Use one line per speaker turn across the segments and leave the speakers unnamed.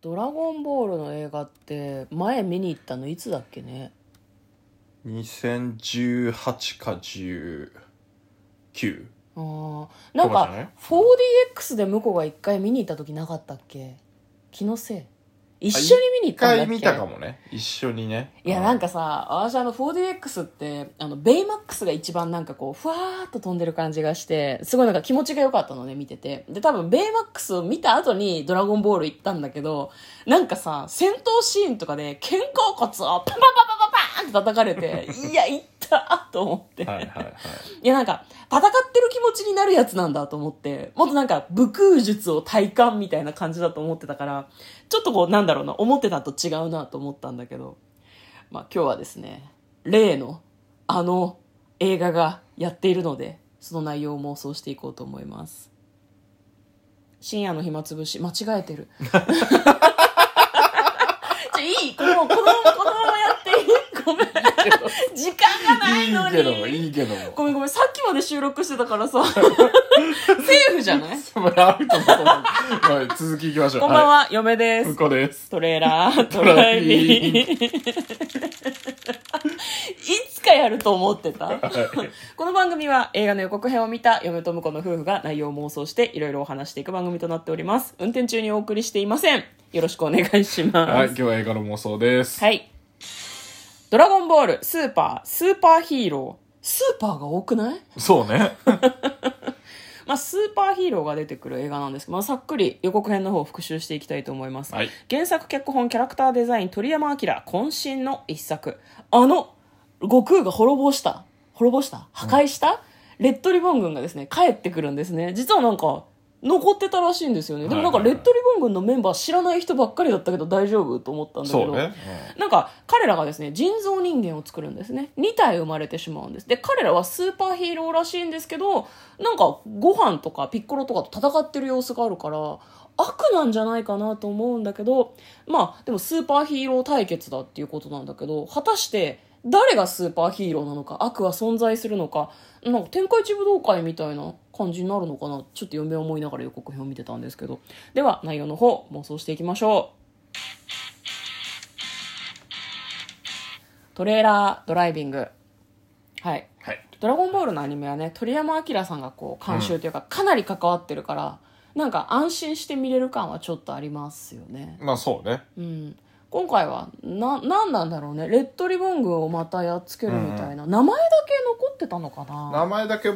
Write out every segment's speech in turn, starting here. ドラゴンボールの映画って前見に行ったのいつだっけね
2018か19
あーなん
そうじゃない
か 4DX で向こうが一回見に行った時なかったっけ気のせい一緒に見に行
一
ったんだっ
回
け
見たかもね一緒にね
いやなん
か
かさ私あの 4DX ってあのベイマックスが一番なんかこうふわーっと飛んでる感じがしてすごいなんか気持ちが良かったのね見ててで多分ベイマックスを見た後にドラゴンボール行ったんだけどなんかさ戦闘シーンとかで肩甲骨をパンパンパンパンパンって叩かれていや行ったと思って、
はいはいはい
いやなんか、戦ってる気持ちになるやつなんだと思って、もっとなんか武空術を体感みたいな感じだと思ってたから、ちょっとこうなんだろうな、思ってたのと違うなと思ったんだけど、まあ今日はですね、例のあの映画がやっているので、その内容を妄想していこうと思います。深夜の暇つぶし、間違え てる。ちょ、いいこの、この、このままやっていいごめん。時間が ないのに。
いいけどもいいけども
ごめんごめん、さっきまで収録してたからさ。 セーフじゃない
まあアウトのことなんではい続きいきましょう
こんばん
は
は、嫁で
い向
す。
こうです
トレーラー、ト
ラ
ライ
ビ ン
ビン。いつかやると思ってた。この番組は映画の予告編を見た嫁と婿の夫婦が内容を妄想していろいろお話していく番組となっております。運転中にお送りしていません。よろしくお願いします。
はい今日は映画の妄想です
はい。ドラゴンボール、スーパー、スーパーヒーロー。スーパーが多くない
そうね
まあ、スーパーヒーローが出てくる映画なんですけど、まあ、さっくり予告編の方を復習していきたいと思います、
はい
原作脚本キャラクターデザイン鳥山明渾身の一作あの悟空が滅ぼした滅ぼした破壊した、レッドリボン軍がですね帰ってくるんですね実はなんか残ってたらしいんですよねでもなんか
はいは
レ
い
ッ
はい
ドリボン軍のメンバー知らない人ばっかりだったけど大丈夫と思ったんだけ
そ
ど
うね
なんか彼らがですね人造人間を作るんですね2体生まれてしまうんですで彼らはスーパーヒーローらしいんですけどなんかご飯とかピッコロとかと戦ってる様子があるから悪なんじゃないかなと思うんだけどまあでもスーパーヒーロー対決だっていうことなんだけど果たして誰がスーパーヒーローなのか悪は存在するのかなんか天下一武道会みたいな感じになるのかなちょっと嫁思いながら予告編を見てたんですけどでは内容の方妄想していきましょうトレーラードライビングはい
はい
ドラゴンボールのアニメはね、鳥山明さんがこう監修というか、かなり関わってるから、なんか安心して見れる感はちょっとありますよね。
まあそうね
うん。今回は、な、なんなんだろうね。レッドリボン軍をまたやっつけるみたいな。名前だけ残ってたのか
名
な
前だけあ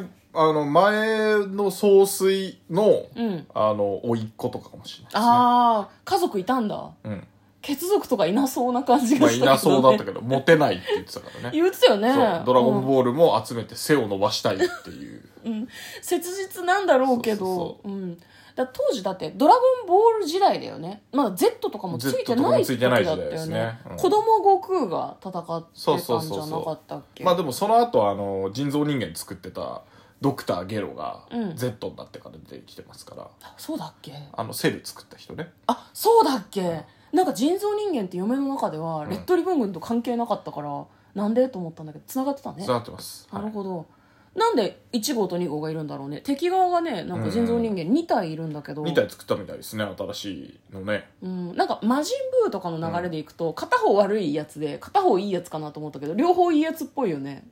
の前の総帥の
うん。
あの甥っ子とかかもしれないですね
あー、家族いたんだ。
うん
血族とかいなそうな感じ
ま
が
あ
し
い
た
な
けど、ね。
そうだったけどモテないって言ってたからね
言ってたよ
そ
ね。
うドラゴン
ール。
ボールも集めて背を伸ばしたいって いう
うん、切実なんだろうけ
そう
ど
そう
うんだ当時だってドラゴンボール時代だよねまだ Z とかもついてない時
Z とかもついてない時
だ
代
った
で
よ
す
ね
ねうん
子供悟空が戦
そう
ってた
そうん
じ
そう
ゃ
そう
なかったっけ
まあでもその後あの人造人間作ってたドクターゲロが
うん
Z になってから出てきてますから、
あそうだっけ
あのセル作った人ね
あそうだっけなんか人造人間って嫁の中では
うん
レッドリボン軍と関係なかったから、なんでと思ったんだけど繋がってたね
そうなってます、
な
は
る
い、
ほどなんで1号と2号がいるんだろうね敵側がねなんか人造人間2体いるんだけど、
2体作ったみたいですね新しいのね
うん、なんか魔人ブーとかの流れでいくと、片方悪いやつで片方いいやつかなと思ったけど両方いいやつっぽいよね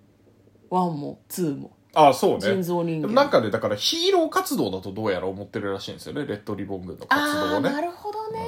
ワンもツーも
ああそう
人
ね
造人間、
でもなんかねだからヒーロー活動だとどうやら思ってるらしいんですよねレッドリボン軍の活
あ
動
あ
をね
なるほどね、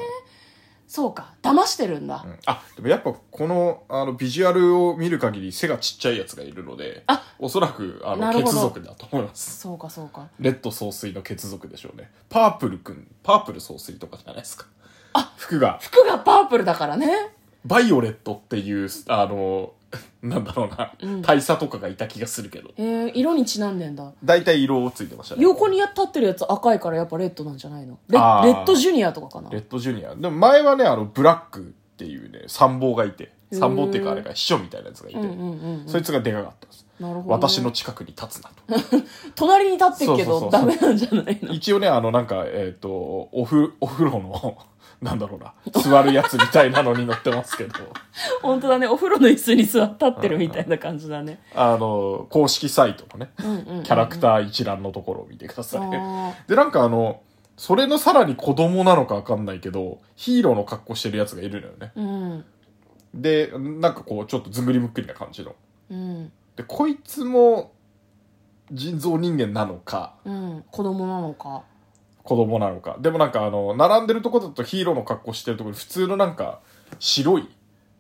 そうか騙してるんだ、
うんあでもやっぱこのあのビジュアルを見る限り背がちっちゃいやつがいるので
あ
おそらくあ
な
の
るほ
血
ど
族だと思います
そうかそうか
レッド総帥の血族でしょうねパープルくんパープル総帥とかじゃないですか
あ
服が
服がパープルだからね
バイオレットっていうあの なんだろうな、
うん
大佐とかがいた気がするけど
えー、色にちなんでんだ
大体色をついてましたね
横に立ってるやつ赤いからやっぱレッドなんじゃないのレ
あー
レッドジュニアとかかな
レッドジュニアでも前はねあのブラックっていうね参謀がいて
へー
参謀っていうかあれが秘書みたいなやつがいて、
うんうんうん、うん、
そいつがでかかったんです、
なるほどね
私の近くに立つ なと
隣に立ってるけど
そうそうそうそう
ダメなんじゃないの
一応ねあのなんかえっ、とおふお風呂の なんだろうな座るやつみたいなのに乗ってますけど
本当だねお風呂の椅子に座って立ってるみたいな感じだね
あの公式サイトのね
キ
キャラク
ー
ター一覧のところを見てください。
あ
で、なんかあの、それのさらに子供なのかわかんないけど、ヒーローの格好してるやつがいるのよね。
うん
で、なんかこう、ちょっとずんぐりむっくりな感じの。
うん
で、こいつも、人造人間なのか、
うん子供なのか
子供なのか。でもなんかあの、並んでるとこだとヒーローの格好してるところ、普通のなんか、白い、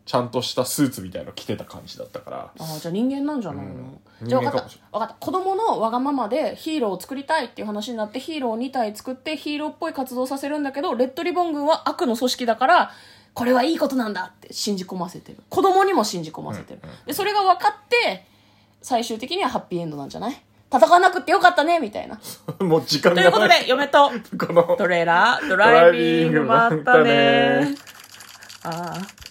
ちゃんとしたスーツみたいの着てた感じだったから。
ああじゃあ人間なんじゃないの、
うん
じゃあ分
人間
か
か
っ
もしれ
た分かった子供のわがままでヒーローを作りたいっていう話になってヒーローを2体作ってヒーローっぽい活動をさせるんだけどレッドリボン軍は悪の組織だからこれはいいことなんだって信じ込ませてる子供にも信じ込ませてる、
うんうん
でそれが分かって最終的にはハッピーエンドなんじゃない戦わなくてよかったねみたいな
もう時間
と
が
いう
な
ことで嫁と
この、
トレーラードライビングまったねああ